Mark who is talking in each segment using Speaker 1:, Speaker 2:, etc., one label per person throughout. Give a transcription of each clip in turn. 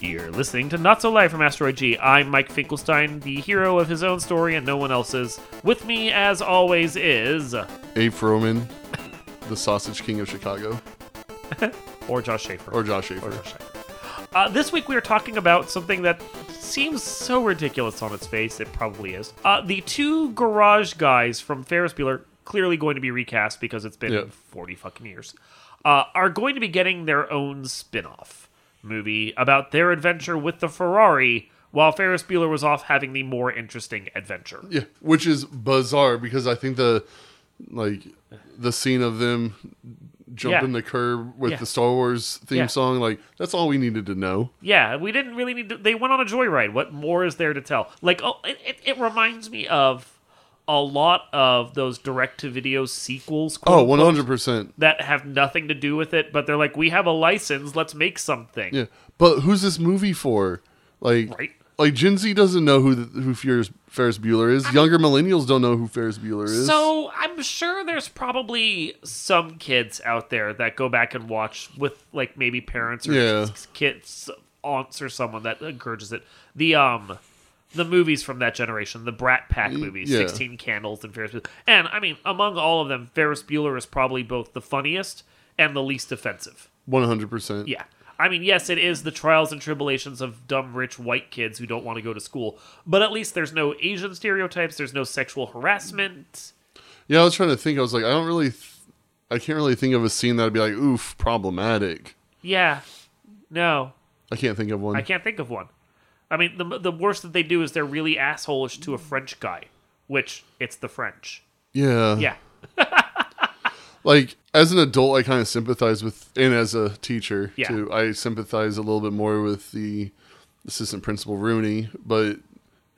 Speaker 1: You're listening to Not So Live from Asteroid G. I'm Mike Finkelstein, the hero of his own story and no one else's. With me, as always, is.
Speaker 2: Abe Froman, the Sausage King of Chicago,
Speaker 1: Or Josh Schaefer.
Speaker 2: or Josh Schaefer.
Speaker 1: Or Josh Schaefer. Uh, this week, we are talking about something that seems so ridiculous on its face. It probably is. Uh, the two garage guys from Ferris Bueller, clearly going to be recast because it's been
Speaker 2: Yeah.
Speaker 1: 40 fucking years, uh, are going to be getting their own spin off movie about their adventure with the Ferrari. While Ferris Bueller was off having the more interesting adventure.
Speaker 2: Yeah, which is bizarre because I think the like the scene of them jumping
Speaker 1: Yeah.
Speaker 2: the curb with
Speaker 1: Yeah.
Speaker 2: the Star Wars theme
Speaker 1: Yeah.
Speaker 2: song, like that's all we needed to know.
Speaker 1: Yeah, we didn't really need to. They went on a joyride. What more is there to tell? Like, oh, it, it, it reminds me of a lot of those direct to video sequels quote,
Speaker 2: Oh, 100 percent.
Speaker 1: that have nothing to do with it, but they're like, we have a license, let's make something.
Speaker 2: Yeah, but who's this movie for? Like,
Speaker 1: Right.
Speaker 2: like Gen Z doesn't know who the, who Ferris, Ferris Bueller is. Younger millennials don't know who Ferris Bueller is.
Speaker 1: So I'm sure there's probably some kids out there that go back and watch with like maybe parents or
Speaker 2: Yeah.
Speaker 1: s- kids, aunts or someone that encourages it. The um, the movies from that generation, the Brat Pack movies,
Speaker 2: yeah.
Speaker 1: Sixteen Candles and Ferris Bueller, and I mean among all of them, Ferris Bueller is probably both the funniest and the least offensive.
Speaker 2: 100 percent.
Speaker 1: Yeah. I mean, yes, it is the trials and tribulations of dumb, rich white kids who don't want to go to school, but at least there's no Asian stereotypes, there's no sexual harassment.
Speaker 2: Yeah, I was trying to think. I was like, I don't really, th- I can't really think of a scene that'd be like, oof, problematic.
Speaker 1: Yeah. No,
Speaker 2: I can't think of one.
Speaker 1: I can't think of one. I mean, the the worst that they do is they're really assholeish to a French guy, which it's the French.
Speaker 2: Yeah.
Speaker 1: Yeah.
Speaker 2: Like as an adult, I kind of sympathize with, and as a teacher
Speaker 1: Yeah.
Speaker 2: too, I sympathize a little bit more with the assistant principal Rooney, but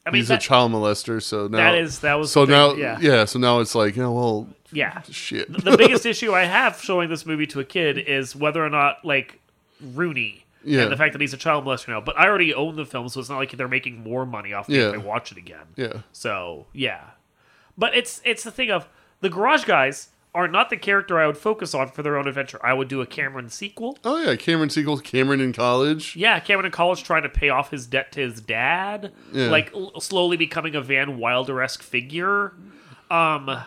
Speaker 1: I mean,
Speaker 2: he's
Speaker 1: that,
Speaker 2: a child molester, so now
Speaker 1: that is that was
Speaker 2: Oh. so
Speaker 1: the
Speaker 2: now
Speaker 1: thing, yeah.
Speaker 2: so now it's like, yeah, well,
Speaker 1: yeah.
Speaker 2: shit.
Speaker 1: The biggest issue I have showing this movie to a kid is whether or not like Rooney
Speaker 2: Yeah.
Speaker 1: and the fact that he's a child molester now. But I already own the film, so it's not like they're making more money off me
Speaker 2: Yeah.
Speaker 1: if I watch it again.
Speaker 2: yeah,
Speaker 1: So yeah, but it's it's the thing of the Garage Guys are not the character I would focus on for their own adventure. I would do a Cameron sequel.
Speaker 2: oh yeah, Cameron Siegel, Cameron in college.
Speaker 1: Yeah, Cameron in college trying to pay off his debt to his dad,
Speaker 2: Yeah.
Speaker 1: like l- slowly becoming a Van Wilder esque figure. Um,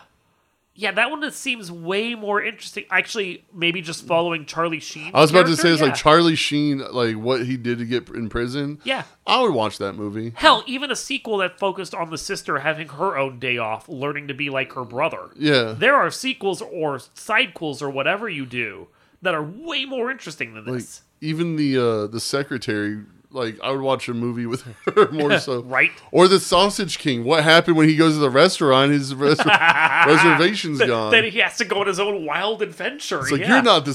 Speaker 1: yeah, that one seems way more interesting. Actually, maybe just following Charlie Sheen.
Speaker 2: I was about to say it's like Charlie Sheen, like what he did to get in prison.
Speaker 1: yeah.
Speaker 2: I would watch that movie.
Speaker 1: Hell, even a sequel that focused on the sister having her own day off, learning to be like her brother.
Speaker 2: Yeah,
Speaker 1: there are sequels or sidequels or whatever you do that are way more interesting than
Speaker 2: like
Speaker 1: this.
Speaker 2: even the uh the secretary like i would watch a movie with her more so
Speaker 1: Right.
Speaker 2: or the sausage king what happened when he goes to the restaurant his res- reservation's gone
Speaker 1: Then he has to go on his own wild adventure.
Speaker 2: it's like
Speaker 1: yeah.
Speaker 2: you're not the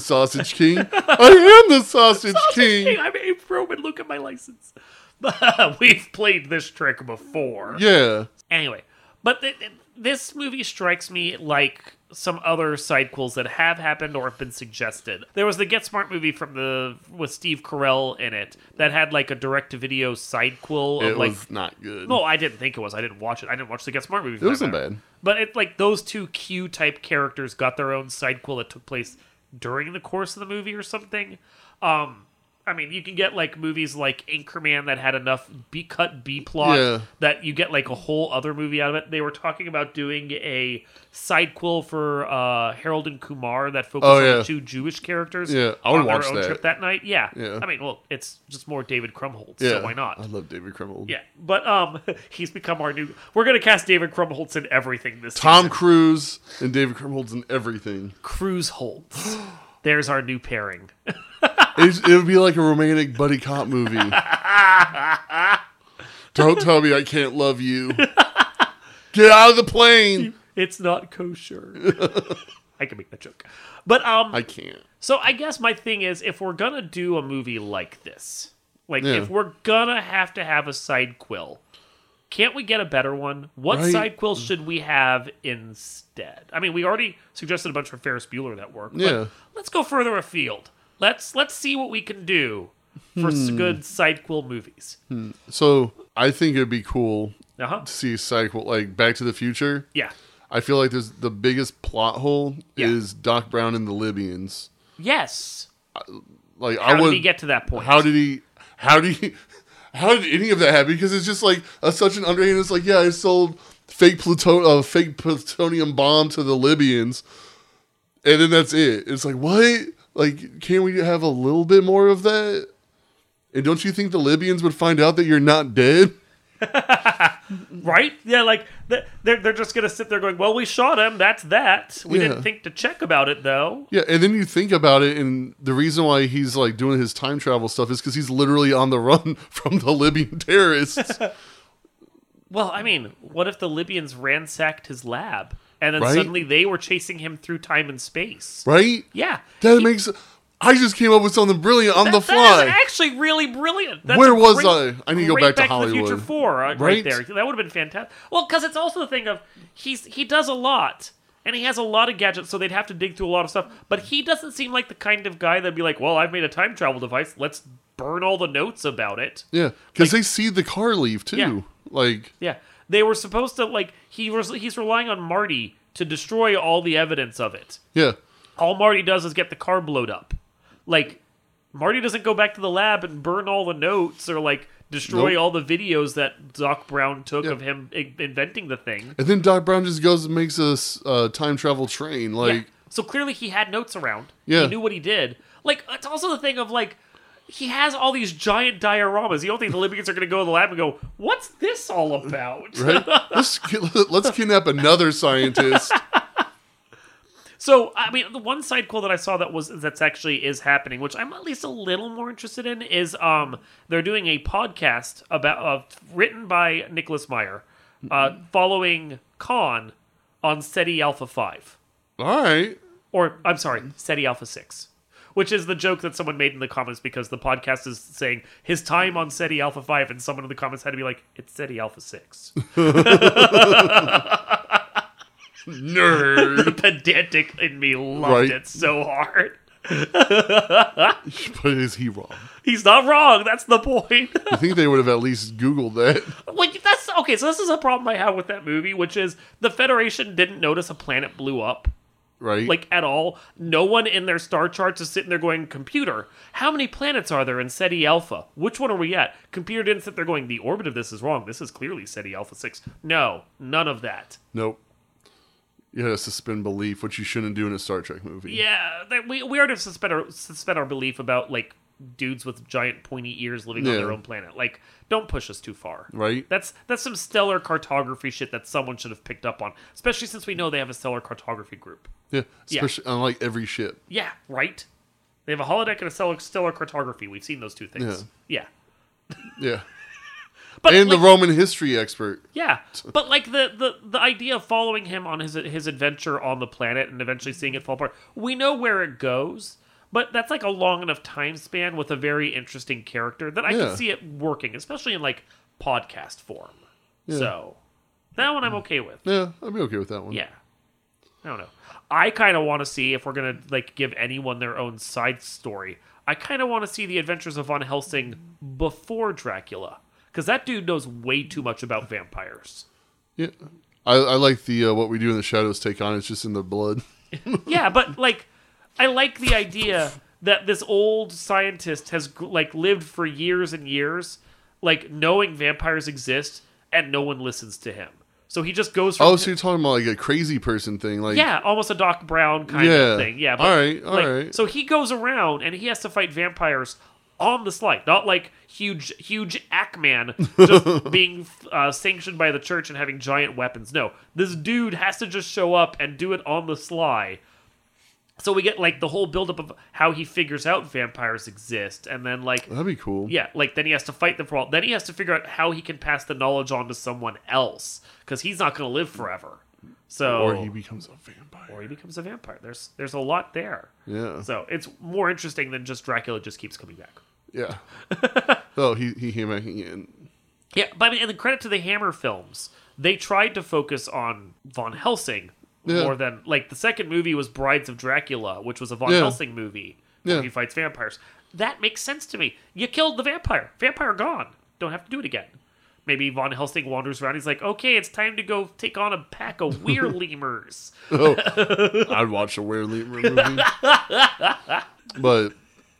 Speaker 2: sausage king i am the sausage, king.
Speaker 1: Hey, I'm Abe Roman. Look at my license. We've played this trick before.
Speaker 2: yeah
Speaker 1: Anyway, but th- th- this movie strikes me like some other sidequels that have happened or have been suggested. There was the Get Smart movie from the with Steve Carell in it that had like a direct to video sidequel of
Speaker 2: it
Speaker 1: like
Speaker 2: was not good
Speaker 1: No, I didn't think it was. I didn't watch it. I didn't watch the Get Smart movie. for
Speaker 2: it
Speaker 1: that
Speaker 2: wasn't
Speaker 1: matter.
Speaker 2: bad
Speaker 1: But it like those two Q type characters got their own sidequel that took place during the course of the movie or something. Um, I mean, you can get like movies like Anchorman that had enough B cut B plot
Speaker 2: Yeah.
Speaker 1: that you get like a whole other movie out of it. They were talking about doing a sidequel for uh, Harold and Kumar that focused
Speaker 2: Oh,
Speaker 1: on
Speaker 2: yeah.
Speaker 1: the two Jewish characters.
Speaker 2: Yeah, I would
Speaker 1: on their
Speaker 2: watch
Speaker 1: own
Speaker 2: that.
Speaker 1: trip that night. Yeah.
Speaker 2: Yeah.
Speaker 1: I mean, well, it's just more David Krumholtz,
Speaker 2: yeah
Speaker 1: so why not?
Speaker 2: i love david Krumholz.
Speaker 1: Yeah, but um, he's become our new. We're gonna cast David Krumholtz in everything this
Speaker 2: tom
Speaker 1: season.
Speaker 2: cruise and david Krumholz and everything
Speaker 1: Cruise Holtz. There's our new pairing.
Speaker 2: It's, it would be like a romantic buddy cop movie. Don't tell me I can't love you. Get out of the plane.
Speaker 1: It's not kosher. I can make that joke, but um,
Speaker 2: I can't.
Speaker 1: so I guess my thing is, if we're gonna do a movie like this, like
Speaker 2: Yeah.
Speaker 1: if we're gonna have to have a side quill, can't we get a better one? What
Speaker 2: Right.
Speaker 1: side quill should we have instead? I mean, we already suggested a bunch for Ferris Bueller that work. but
Speaker 2: Yeah.
Speaker 1: let's go further afield. Let's let's see what we can do for s
Speaker 2: Hmm.
Speaker 1: good sidequel movies.
Speaker 2: So I think it'd be cool
Speaker 1: Uh huh.
Speaker 2: to see a sequel like Back to the Future.
Speaker 1: Yeah.
Speaker 2: I feel like there's the biggest plot hole
Speaker 1: Yeah.
Speaker 2: is Doc Brown and the Libyans.
Speaker 1: Yes.
Speaker 2: Like
Speaker 1: How
Speaker 2: I
Speaker 1: did
Speaker 2: would.
Speaker 1: we get to that point?
Speaker 2: how did he? how do you how did any of that happen? Because it's just like a, such an underhand. It's like yeah, I sold fake pluton a fake plutonium bomb to the Libyans, and then that's it. It's like what? Like, can we have a little bit more of that? And don't you think the Libyans would find out that you're not dead?
Speaker 1: right? Yeah, like th- they're they're just gonna sit there going, "Well, we shot him. That's that. We
Speaker 2: Yeah.
Speaker 1: didn't think to check about it though."
Speaker 2: Yeah, and then you think about it, and the reason why he's like doing his time travel stuff is because he's literally on the run from the Libyan terrorists.
Speaker 1: Well, I mean, what if the Libyans ransacked his lab and then
Speaker 2: Right?
Speaker 1: suddenly they were chasing him through time and space?
Speaker 2: right?
Speaker 1: Yeah,
Speaker 2: That makes. I just came up with something brilliant on the
Speaker 1: That- That
Speaker 2: fly.
Speaker 1: is actually really brilliant. That's
Speaker 2: Where
Speaker 1: a
Speaker 2: was
Speaker 1: great-
Speaker 2: I? I need to go
Speaker 1: great
Speaker 2: back to
Speaker 1: The Future
Speaker 2: Hollywood.
Speaker 1: Four, uh, right,
Speaker 2: Right?
Speaker 1: there. That would have been fantastic. Well, because it's also the thing of he's he does a lot. And he has a lot of gadgets, so they'd have to dig through a lot of stuff. But he doesn't seem like the kind of guy that'd be like, "Well, I've made a time travel device. Let's burn all the notes about it."
Speaker 2: yeah, because they see the car leave too.
Speaker 1: Yeah.
Speaker 2: Like,
Speaker 1: Yeah, they were supposed to like he was he's relying on Marty to destroy all the evidence of it.
Speaker 2: yeah,
Speaker 1: All Marty does is get the car blowed up. Like Marty doesn't go back to the lab and burn all the notes or like destroy
Speaker 2: Nope.
Speaker 1: all the videos that Doc Brown took of him i- inventing the thing.
Speaker 2: and then Doc Brown just goes and makes a uh, time travel train.
Speaker 1: Yeah.
Speaker 2: Like,
Speaker 1: So clearly he had notes around.
Speaker 2: Yeah.
Speaker 1: He knew what he did. Like it's also the thing of like he has all these giant dioramas. You don't think the Libyans are going to go to the lab and go, "What's this all about?"
Speaker 2: right? let's ki- let's kidnap another scientist.
Speaker 1: So I mean, the one side quote that I saw that was that's actually is happening, which I'm at least a little more interested in, is um they're doing a podcast about uh, written by Nicholas Meyer, uh, following Khan on SETI Alpha Five,
Speaker 2: All right.
Speaker 1: or I'm sorry, SETI Alpha Six, which is the joke that someone made in the comments because the podcast is saying his time on SETI Alpha Five, and someone in the comments had to be like, it's SETI Alpha Six.
Speaker 2: Nerd,
Speaker 1: the pedantic in me loved
Speaker 2: Right.
Speaker 1: it so hard.
Speaker 2: but is he wrong?
Speaker 1: He's not wrong. That's the point.
Speaker 2: I think they would have at least Googled that.
Speaker 1: Like that's okay. So this is a problem I have with that movie, which is the Federation didn't notice a planet blew up
Speaker 2: right?
Speaker 1: like at all. No one in their star charts is sitting there going, "Computer, how many planets are there in SETI Alpha? Which one are we at?" Computer didn't sit there going, "The orbit of this is wrong. This is clearly SETI Alpha 6." No, none of that.
Speaker 2: nope. You gotta suspend belief, which you shouldn't do in a Star Trek movie.
Speaker 1: Yeah, that we we already suspend our suspend our belief about like dudes with giant pointy ears living on
Speaker 2: Yeah.
Speaker 1: their own planet. Like, don't push us too far.
Speaker 2: Right?
Speaker 1: That's that's some stellar cartography shit that someone should have picked up on, especially since we know they have a stellar cartography group.
Speaker 2: yeah. Especially on like every ship.
Speaker 1: Yeah, right. They have a holodeck and a stellar, stellar cartography. We've seen those two things. Yeah,
Speaker 2: Yeah.
Speaker 1: but
Speaker 2: And
Speaker 1: like,
Speaker 2: the Roman history expert.
Speaker 1: yeah, but like the, the the idea of following him on his his adventure on the planet and eventually seeing it fall apart. We know where it goes, but that's like a long enough time span with a very interesting character that I
Speaker 2: Yeah.
Speaker 1: can see it working, especially in like podcast form. So that one
Speaker 2: Mm.
Speaker 1: I'm okay with.
Speaker 2: Yeah, I'd be okay with that one.
Speaker 1: Yeah. I don't know. I kind of want to see if we're going to like give anyone their own side story. I kind of want to see the adventures of Von Helsing before Dracula cuz that dude knows way too much about vampires.
Speaker 2: Yeah. I, I like the uh, what we do in the shadows take on. It's just in the blood.
Speaker 1: Yeah, but like I like the idea that this old scientist has like lived for years and years like knowing vampires exist and no one listens to him. So he just goes from
Speaker 2: Oh, so you're talking about like a crazy person thing, like
Speaker 1: Yeah, almost a Doc Brown kind
Speaker 2: Yeah.
Speaker 1: of thing. Yeah.
Speaker 2: Alright,
Speaker 1: like,
Speaker 2: alright.
Speaker 1: So he goes around and he has to fight vampires on the slide, not like huge, huge Ackman just being uh, sanctioned by the church and having giant weapons. No, this dude has to just show up and do it on the sly. So we get like the whole buildup of how he figures out vampires exist, and then like
Speaker 2: that'd be cool.
Speaker 1: yeah, like then he has to fight them for all. Then he has to figure out how he can pass the knowledge on to someone else because he's not going to live forever. So
Speaker 2: Or he becomes a vampire.
Speaker 1: or he becomes a vampire. There's there's a lot there.
Speaker 2: Yeah.
Speaker 1: So it's more interesting than just Dracula just keeps coming back.
Speaker 2: Yeah. oh, he he came back in.
Speaker 1: Yeah, but I mean, and the credit to the Hammer films, they tried to focus on Von Helsing
Speaker 2: Yeah.
Speaker 1: more than like the second movie was Brides of Dracula, which was a Von
Speaker 2: Yeah.
Speaker 1: Helsing movie
Speaker 2: Yeah.
Speaker 1: where he fights vampires. That makes sense to me. You killed the vampire. Vampire gone. Don't have to do it again. Maybe Von Helsing wanders around. He's like, okay, it's time to go take on a pack of weird lemurs.
Speaker 2: Oh, I'd watch a Were movie. but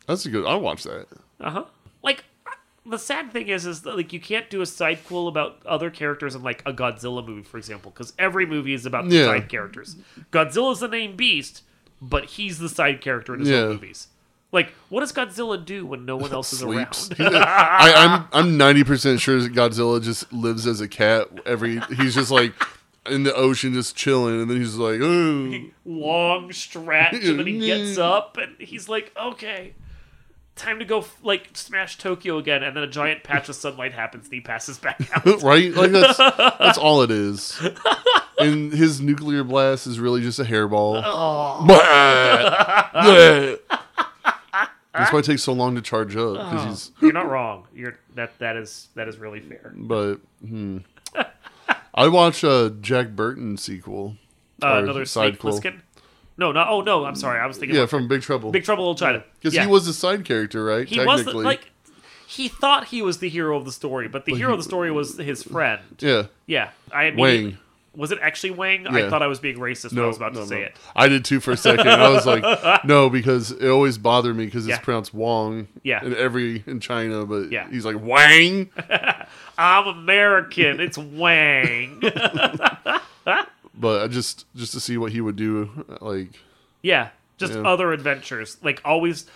Speaker 2: that's a good. I'd watch that.
Speaker 1: Uh huh. Like, I- the sad thing is, is that, like you can't do a sidequel about other characters in like a Godzilla movie, for example, because every movie is about the
Speaker 2: Yeah.
Speaker 1: side characters. Godzilla's the name Beast, but he's the side character in his
Speaker 2: Yeah.
Speaker 1: own movies. Like, what does Godzilla do when no one else is
Speaker 2: Sleeps.
Speaker 1: around?
Speaker 2: I, I'm I'm ninety percent sure that Godzilla just lives as a cat. Every he's just like in the ocean, just chilling, and then he's like, "Ooh,
Speaker 1: Long stretch, and then he gets up, and he's like, "Okay, time to go f- like smash Tokyo again." And then a giant patch of sunlight happens, and he passes back out.
Speaker 2: right?" Like that's that's all it is. And his nuclear blast is really just a hairball.
Speaker 1: Oh.
Speaker 2: that's why it takes so long to charge up. 'cause he's
Speaker 1: You're not wrong. You're that that is that is really fair.
Speaker 2: but hmm. I watch a Jack Burton sequel.
Speaker 1: Uh,
Speaker 2: or
Speaker 1: another Snake
Speaker 2: sidequel.
Speaker 1: Plissken? No, no. Oh no, I'm sorry. I was thinking
Speaker 2: Yeah,
Speaker 1: about
Speaker 2: from Big Trouble.
Speaker 1: Big Trouble in Little China.
Speaker 2: Because
Speaker 1: Yeah.
Speaker 2: he was the side character, right?
Speaker 1: he was the, like he thought he was the hero of the story, but the hero of the story was his friend.
Speaker 2: yeah.
Speaker 1: Yeah, I immediately-
Speaker 2: Wang.
Speaker 1: Was it actually Wang?
Speaker 2: Yeah.
Speaker 1: I thought I was being racist when I was about
Speaker 2: no,
Speaker 1: to say
Speaker 2: no.
Speaker 1: it.
Speaker 2: I did too for a second. I was like, no, because it always bothered me because
Speaker 1: Yeah.
Speaker 2: it's pronounced Wong.
Speaker 1: Yeah.
Speaker 2: In every in China, but
Speaker 1: Yeah.
Speaker 2: he's like Wang.
Speaker 1: I'm American. It's Wang.
Speaker 2: But I just just to see what he would do, like
Speaker 1: Yeah, just
Speaker 2: Yeah.
Speaker 1: other adventures. Like always,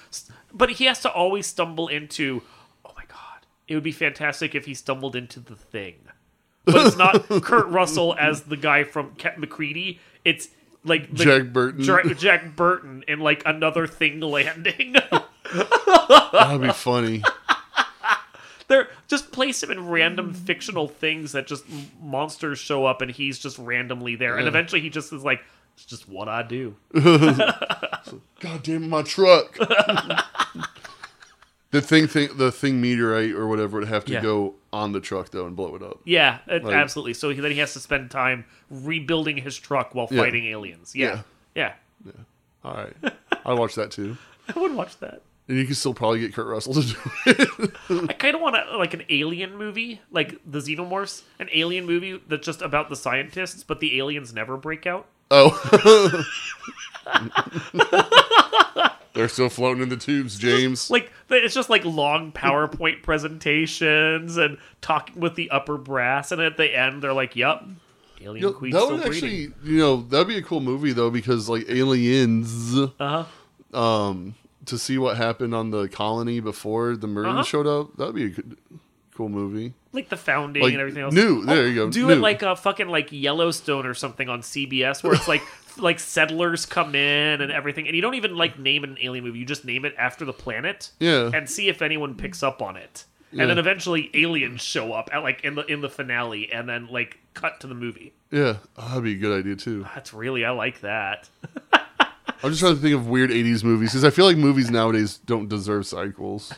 Speaker 1: but he has to always stumble into. Oh my god, it would be fantastic if he stumbled into the thing. But it's not Kurt Russell as the guy from Cat McCready. It's like the,
Speaker 2: Jack Burton.
Speaker 1: Jack, Jack Burton in like another thing landing.
Speaker 2: that'd be funny.
Speaker 1: They're just place him in
Speaker 2: Mm.
Speaker 1: random fictional things that just m- monsters show up and he's just randomly there. And eventually he just is like, it's just what I do.
Speaker 2: God damn my truck. the thing, thing, the thing, meteorite or whatever would have to
Speaker 1: Yeah.
Speaker 2: go on the truck though and blow it up.
Speaker 1: Yeah, it- absolutely. So he, then he has to spend time rebuilding his truck while
Speaker 2: Yeah.
Speaker 1: fighting aliens. Yeah. yeah.
Speaker 2: All right, I watched that too,
Speaker 1: I would watch that.
Speaker 2: and you can still probably get Kurt Russell to do it.
Speaker 1: I kind of want a, like an alien movie, like the Xenomorphs, an alien movie that's just about the scientists, but the aliens never break out.
Speaker 2: Oh. They're still floating in the tubes, James.
Speaker 1: Like th- it's just like long PowerPoint presentations and talking with the upper brass, and at the end they're like, "Yup, alien
Speaker 2: You know,
Speaker 1: queen's
Speaker 2: that
Speaker 1: still
Speaker 2: would
Speaker 1: breeding."
Speaker 2: actually, you know, that'd be a cool movie though because like aliens,
Speaker 1: Uh-huh.
Speaker 2: um, to see what happened on the colony before the Marines
Speaker 1: Uh-huh.
Speaker 2: showed up, that'd be a good, cool movie.
Speaker 1: like the founding
Speaker 2: Like
Speaker 1: and everything else.
Speaker 2: new, there you go,
Speaker 1: Do
Speaker 2: new.
Speaker 1: it like a fucking like Yellowstone or something on CBS, where it's like like settlers come in and everything, and you don't even like name an alien movie. You just name it after the planet,
Speaker 2: Yeah.
Speaker 1: and see if anyone picks up on it.
Speaker 2: Yeah.
Speaker 1: And then eventually aliens show up at like in the in the finale, and then like cut to the movie.
Speaker 2: Yeah, oh, that'd be a good idea too.
Speaker 1: That's really I like that.
Speaker 2: I'm just trying to think of weird '80s movies because I feel like movies nowadays don't deserve sequels.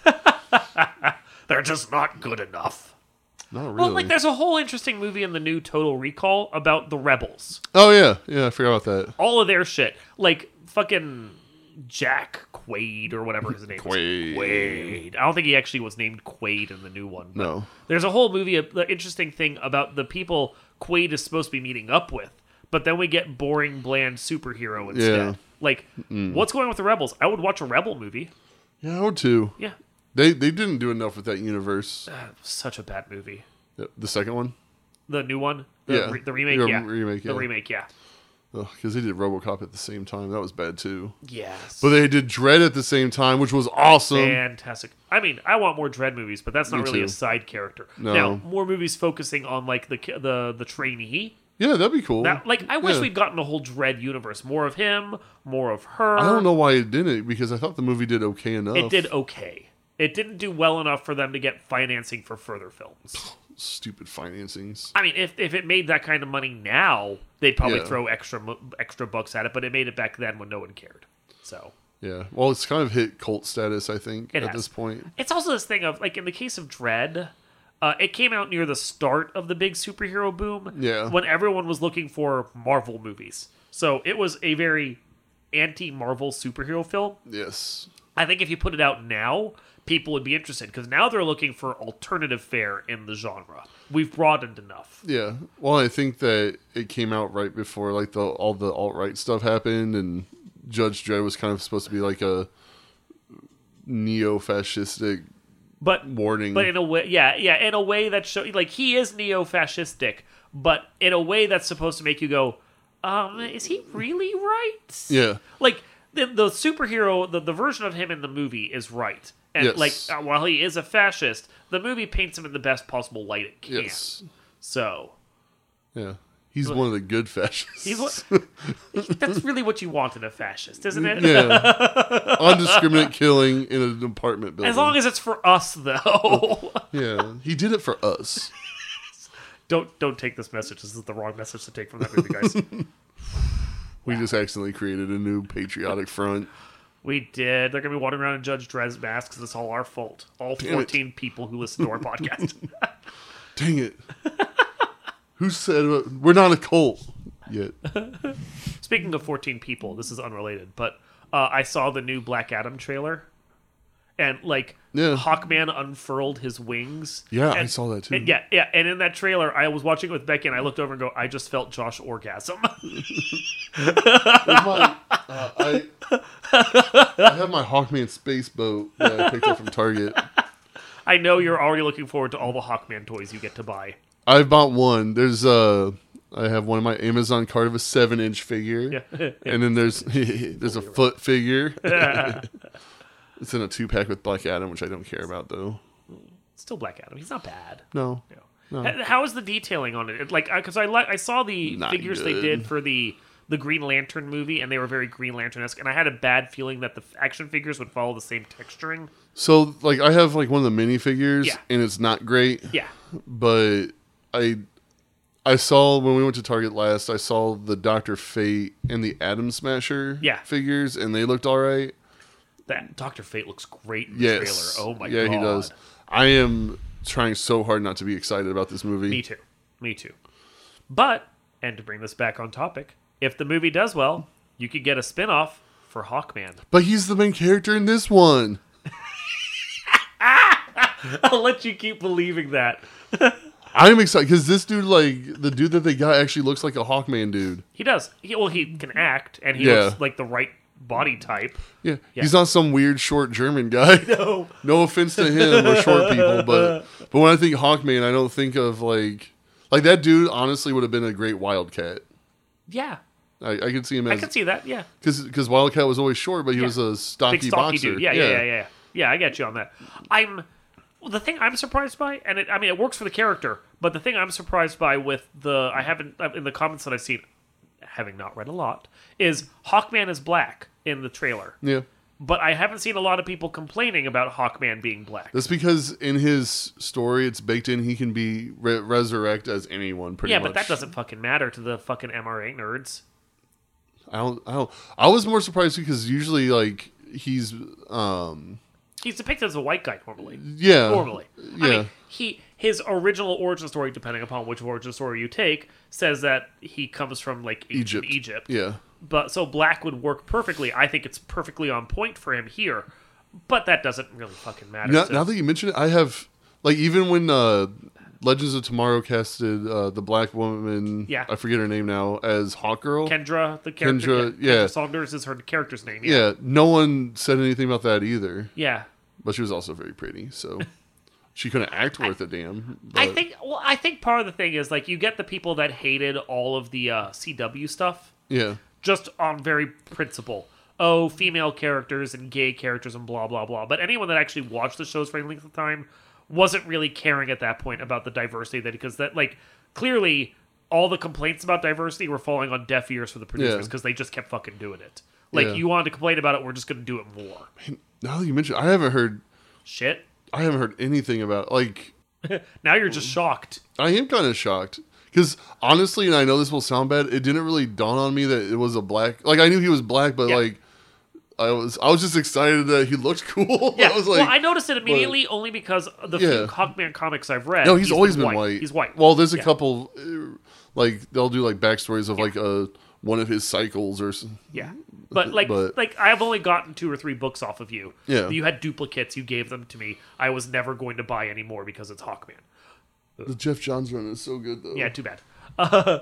Speaker 1: They're just not good enough.
Speaker 2: Not
Speaker 1: Well,
Speaker 2: really.
Speaker 1: like there's a whole interesting movie in the new Total Recall about the rebels.
Speaker 2: oh yeah, yeah, I forgot about that.
Speaker 1: all of their shit. Like fucking Jack Quaid or whatever his name
Speaker 2: Quaid.
Speaker 1: is. Quaid. I don't think he actually was named Quaid in the new one. but
Speaker 2: No.
Speaker 1: There's a whole movie, a- the interesting thing about the people Quaid is supposed to be meeting up with, but then we get boring, bland superhero instead.
Speaker 2: Yeah.
Speaker 1: Like, what's going on with the Rebels? I would watch a Rebel movie.
Speaker 2: Yeah, I would too.
Speaker 1: Yeah. Uh,
Speaker 2: They they didn't do enough with that universe.
Speaker 1: Ah. Such a bad movie.
Speaker 2: The second one,
Speaker 1: The new one? The,
Speaker 2: Yeah.
Speaker 1: re- the remake?
Speaker 2: Yeah,
Speaker 1: Yeah.
Speaker 2: remake,
Speaker 1: The
Speaker 2: yeah.
Speaker 1: remake, yeah.
Speaker 2: because they did RoboCop at the same time. That was bad too.
Speaker 1: Yes.
Speaker 2: But they did Dread at the same time, which was awesome.
Speaker 1: fantastic. I mean, I want more Dread movies, but that's not
Speaker 2: Um, Me
Speaker 1: really
Speaker 2: too.
Speaker 1: a side character.
Speaker 2: No.
Speaker 1: Now, more movies focusing on like the ki- the the trainee.
Speaker 2: Yeah, that'd be cool.
Speaker 1: That, like, I wish
Speaker 2: Mm, Yeah.
Speaker 1: we'd gotten a whole Dread universe. More of him, more of her.
Speaker 2: I don't know why it didn't because I thought the movie did okay enough.
Speaker 1: uh, It did okay. It didn't do well enough for them to get financing for further films.
Speaker 2: Stupid financings.
Speaker 1: I mean, if if it made that kind of money now, they'd probably
Speaker 2: Yeah.
Speaker 1: throw extra mo- extra bucks at it. But it made it back then when no one cared. So
Speaker 2: Yeah. Well, it's kind of hit cult status, I think,
Speaker 1: It
Speaker 2: at
Speaker 1: has.
Speaker 2: this point.
Speaker 1: It's also this thing of like in the case of Dread, uh, it came out near the start of the big superhero boom.
Speaker 2: Yeah.
Speaker 1: when everyone was looking for Marvel movies, so it was a very anti-Marvel superhero film.
Speaker 2: Yes.
Speaker 1: I think if you put it out now, people would be interested because now they're looking for alternative fare in the genre. We've broadened enough.
Speaker 2: Yeah. Well, I think that it came out right before like the all the alt right stuff happened, and Judge Dredd was kind of supposed to be like a neo fascistic
Speaker 1: but
Speaker 2: warning.
Speaker 1: but in a way, yeah, yeah, in a way that show like he is neo-fascistic, but in a way that's supposed to make you go, um, is he really right?
Speaker 2: yeah,
Speaker 1: like the, the superhero the, the version of him in the movie is right and
Speaker 2: Yes.
Speaker 1: like uh, while he is a fascist the movie paints him in the best possible light it can
Speaker 2: yes,
Speaker 1: so
Speaker 2: yeah. He's one of the good fascists.
Speaker 1: he's what, that's really what you want in a fascist isn't it
Speaker 2: yeah, undiscriminate killing in an apartment building.
Speaker 1: as long as it's for us though
Speaker 2: yeah, he did it for us.
Speaker 1: don't don't take this message this is the wrong message to take from that movie guys
Speaker 2: We just accidentally created a new patriotic front.
Speaker 1: we did they're gonna be wandering around in judge dredd's mask because it's all our fault all
Speaker 2: it.
Speaker 1: 14 people who listen to our podcast
Speaker 2: Dang it! Who said we're not a cult yet?
Speaker 1: Speaking of 14 people, this is unrelated, but uh, I saw the new Black Adam trailer, and like
Speaker 2: Yeah.
Speaker 1: Hawkman unfurled his wings.
Speaker 2: Yeah, I
Speaker 1: And-
Speaker 2: saw that too.
Speaker 1: and yeah, yeah. And in that trailer, I was watching it with Becky, and I looked over and go, I just felt Josh orgasm.
Speaker 2: With my- uh, I, I have my Hawkman space boat that I picked up from Target.
Speaker 1: I know you're already looking forward to all the Hawkman toys you get to buy.
Speaker 2: I've bought one. There's uh, I have one in my Amazon cart of a seven inch figure,
Speaker 1: Yeah.
Speaker 2: and then there's there's a foot figure. it's in a two pack with Black Adam, which I don't care about though.
Speaker 1: Still Black Adam. He's not bad.
Speaker 2: No,
Speaker 1: No. H- How is the detailing on it? It- Like, because I li- I saw the
Speaker 2: Not
Speaker 1: figures they
Speaker 2: good.
Speaker 1: did for the the Green Lantern movie, and they were very Green Lantern esque, and I had a bad feeling that the f- action figures would follow the same texturing.
Speaker 2: so like I have like one of the minifigures,
Speaker 1: Yeah.
Speaker 2: and it's not great.
Speaker 1: Yeah,
Speaker 2: but I I saw when we went to Target last, I saw the Doctor Fate and the Atom Smasher
Speaker 1: Yeah.
Speaker 2: figures, and they looked all right.
Speaker 1: that Doctor Fate looks great in the
Speaker 2: Yes,
Speaker 1: trailer. Oh my
Speaker 2: yeah,
Speaker 1: god,
Speaker 2: he does. I am trying so hard not to be excited about this movie.
Speaker 1: Me too, me too. But and to bring this back on topic, if the movie does well, you could get a spin off for Hawkman.
Speaker 2: But he's the main character in this one.
Speaker 1: I'll let you keep believing that.
Speaker 2: I'm excited because this dude, like the dude that they got, actually looks like a Hawkman dude.
Speaker 1: He does. He, well, he can act, and he
Speaker 2: Yeah.
Speaker 1: looks like the right body type.
Speaker 2: Yeah, he's not some weird short German guy.
Speaker 1: Oh.
Speaker 2: No offense to him or short people, but but when I think Hawkman, I don't think of like like that dude. Honestly, would have been a great Wildcat.
Speaker 1: Yeah,
Speaker 2: I, I could see him
Speaker 1: I
Speaker 2: as
Speaker 1: could see that. Yeah,
Speaker 2: because because Wildcat was always short, but he
Speaker 1: Yeah.
Speaker 2: was a stocky,
Speaker 1: big stocky
Speaker 2: boxer.
Speaker 1: dude. Yeah, yeah, yeah, yeah, yeah. Yeah, I get you on that. I'm well, the thing I'm surprised by, and it, I mean it works for the character, but the thing I'm surprised by with the I haven't uh, in the comments that I've seen, having not read a lot, is Hawkman is black in the trailer,
Speaker 2: Yeah.
Speaker 1: but I haven't seen a lot of people complaining about Hawkman being black.
Speaker 2: That's because in his story, it's baked in. He can be re- resurrect as anyone, pretty
Speaker 1: Yeah, but
Speaker 2: much.
Speaker 1: that doesn't fucking matter to the fucking MRA nerds.
Speaker 2: I don't. I don't. I was more surprised because usually, like, he's um,
Speaker 1: He's depicted as a white guy normally.
Speaker 2: yeah,
Speaker 1: normally. I
Speaker 2: Yeah.
Speaker 1: mean, he his original origin story, depending upon which origin story you take, says that he comes from like ancient
Speaker 2: Egypt,
Speaker 1: Egypt.
Speaker 2: yeah.
Speaker 1: But so black would work perfectly. I think it's perfectly on point for him here. But that doesn't really fucking matter.
Speaker 2: Now,
Speaker 1: to-
Speaker 2: now that you mention it, I have like even when uh, Legends of Tomorrow casted uh, the black woman,
Speaker 1: Yeah.
Speaker 2: I forget her name now, as Hawkgirl.
Speaker 1: Kendra, the character,
Speaker 2: Kendra, yeah.
Speaker 1: Saunders is her character's name. Yeah,
Speaker 2: yeah, no one said anything about that either.
Speaker 1: yeah.
Speaker 2: but she was also very pretty, so she couldn't act worth a damn. But,
Speaker 1: I think. Well, I think part of the thing is like you get the people that hated all of the uh, CW stuff.
Speaker 2: yeah,
Speaker 1: just on very principle. Oh, female characters and gay characters and blah blah blah. But anyone that actually watched the shows for any length of time wasn't really caring at that point about the diversity that because that like clearly all the complaints about diversity were falling on deaf ears for the producers
Speaker 2: Yeah.
Speaker 1: because they just kept fucking doing it. Like
Speaker 2: Yeah.
Speaker 1: you wanted to complain about it, we're just gonna do it more.
Speaker 2: now that you mention, I haven't heard,
Speaker 1: Shit.
Speaker 2: I haven't heard anything about. Like,
Speaker 1: Now you're just shocked.
Speaker 2: I am kind of shocked because honestly, and I know this will sound bad, it didn't really dawn on me that it was a black. Like, I knew he was black, but
Speaker 1: Yeah.
Speaker 2: like, I was, I was just excited that he looked cool.
Speaker 1: Yeah.
Speaker 2: I was like,
Speaker 1: well, I noticed it immediately only because the
Speaker 2: Yeah.
Speaker 1: few Hawkman comics I've read.
Speaker 2: no, he's, always been white.
Speaker 1: He's white.
Speaker 2: Well, there's a
Speaker 1: Yeah.
Speaker 2: couple, uh, like they'll do like backstories of like a one of his cycles or. s-
Speaker 1: Yeah, Mm. but like,
Speaker 2: But-
Speaker 1: like I've only gotten two or three books off of you.
Speaker 2: Yeah.
Speaker 1: you had duplicates. You gave them to me. I was never going to buy any more because it's Hawkman.
Speaker 2: The Jeff Johns run is so good though.
Speaker 1: Yeah, too bad. Uh,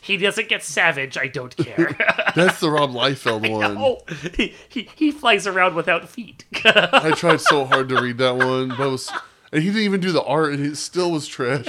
Speaker 1: he doesn't get savage. I don't care.
Speaker 2: That's the Rob Liefeld one.
Speaker 1: oh, he, he he flies around without feet.
Speaker 2: I tried so hard to read that one. That was, and he didn't even do the art, and it still was trash.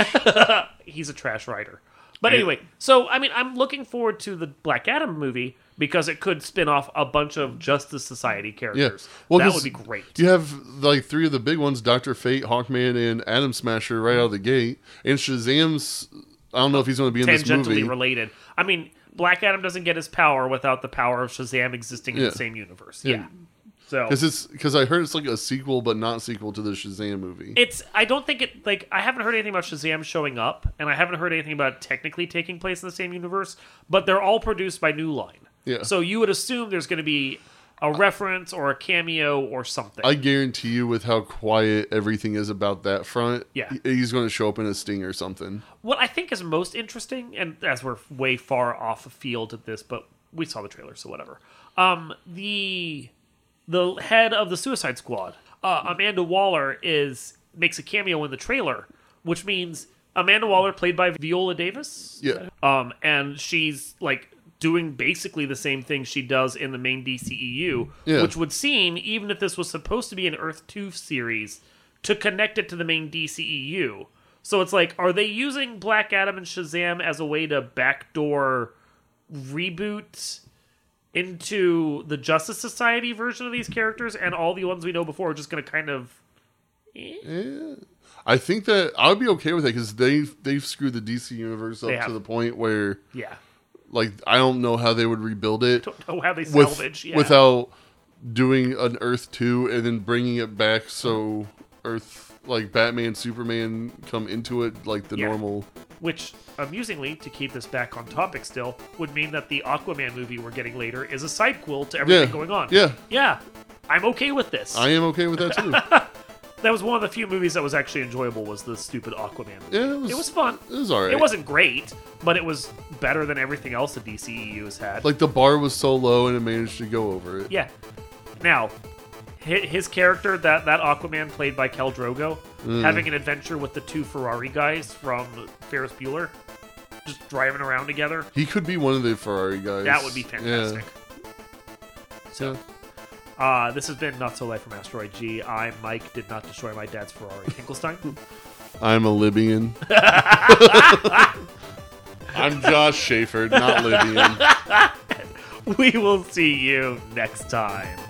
Speaker 1: he's a trash writer. But anyway, so I mean, I'm looking forward to the Black Adam movie because it could spin off a bunch of Justice Society characters.
Speaker 2: Well,
Speaker 1: that
Speaker 2: 'cause-
Speaker 1: would be great.
Speaker 2: You have like three of the big ones: Doctor Fate, Hawkman, and Atom Smasher right out of the gate. And Shazam's. I don't know if he's going to be in this
Speaker 1: Tangentially
Speaker 2: movie.
Speaker 1: related. I mean, Black Adam doesn't get his power without the power of Shazam existing in
Speaker 2: Yeah.
Speaker 1: the same universe. Yeah. So
Speaker 2: Because it's because I heard it's like a sequel, but not sequel to the Shazam movie.
Speaker 1: it's I don't think it like I haven't heard anything about Shazam showing up, and I haven't heard anything about it technically taking place in the same universe, but they're all produced by New Line.
Speaker 2: Yeah.
Speaker 1: So you would assume there's going to be a reference or a cameo or something.
Speaker 2: I guarantee you, with how quiet everything is about that front,
Speaker 1: Yeah.
Speaker 2: he- he's going to show up in a sting or something.
Speaker 1: What I think is most interesting, and as we're way far off the field of this, but we saw the trailer, so whatever. Um, the the head of the Suicide Squad, uh, Amanda Waller, is makes a cameo in the trailer, which means Amanda Waller, played by Viola Davis,
Speaker 2: Yeah,
Speaker 1: um, and she's like doing basically the same thing she does in the main DCEU,
Speaker 2: Yeah.
Speaker 1: which would seem, even if this was supposed to be an Earth 2 series, to connect it to the main DCEU. So it's like, are they using Black Adam and Shazam as a way to backdoor reboot into the Justice Society version of these characters, and all the ones we know before are just going to kind of.
Speaker 2: I think that I would be okay with that because they they've screwed the DC universe
Speaker 1: They
Speaker 2: up to
Speaker 1: have.
Speaker 2: the point where
Speaker 1: Yeah.
Speaker 2: like I don't know how they would rebuild it
Speaker 1: Don't know how they
Speaker 2: with,
Speaker 1: salvage. yeah.
Speaker 2: without doing an Earth two and then bringing it back so Earth like Batman Superman come into it like the
Speaker 1: Yeah.
Speaker 2: normal.
Speaker 1: Which, amusingly, to keep this back on topic still, would mean that the Aquaman movie we're getting later is a sidequel to everything
Speaker 2: Yeah.
Speaker 1: going on.
Speaker 2: Yeah.
Speaker 1: Yeah. I'm okay with this.
Speaker 2: I am okay with that too.
Speaker 1: that was one of the few movies that was actually enjoyable was the stupid Aquaman movie.
Speaker 2: yeah, it was
Speaker 1: It was fun.
Speaker 2: it was alright.
Speaker 1: It wasn't great, but it was better than everything else the DCEU has had.
Speaker 2: like the bar was so low and it managed to go over it.
Speaker 1: yeah. Now, hi- his character, that, that Aquaman played by Cal Drogo,
Speaker 2: Mm.
Speaker 1: having an adventure with the two Ferrari guys from Ferris Bueller, just driving around together.
Speaker 2: He could be one of the Ferrari guys.
Speaker 1: That would be
Speaker 2: Yeah.
Speaker 1: fantastic.
Speaker 2: Yeah.
Speaker 1: So, uh, this has been Not So Life from Asteroid G. I, Mike, did not destroy my dad's Ferrari. Finkelstein?
Speaker 2: I'm a Libyan. I'm Josh Schaefer, not Libyan.
Speaker 1: we will see you next time.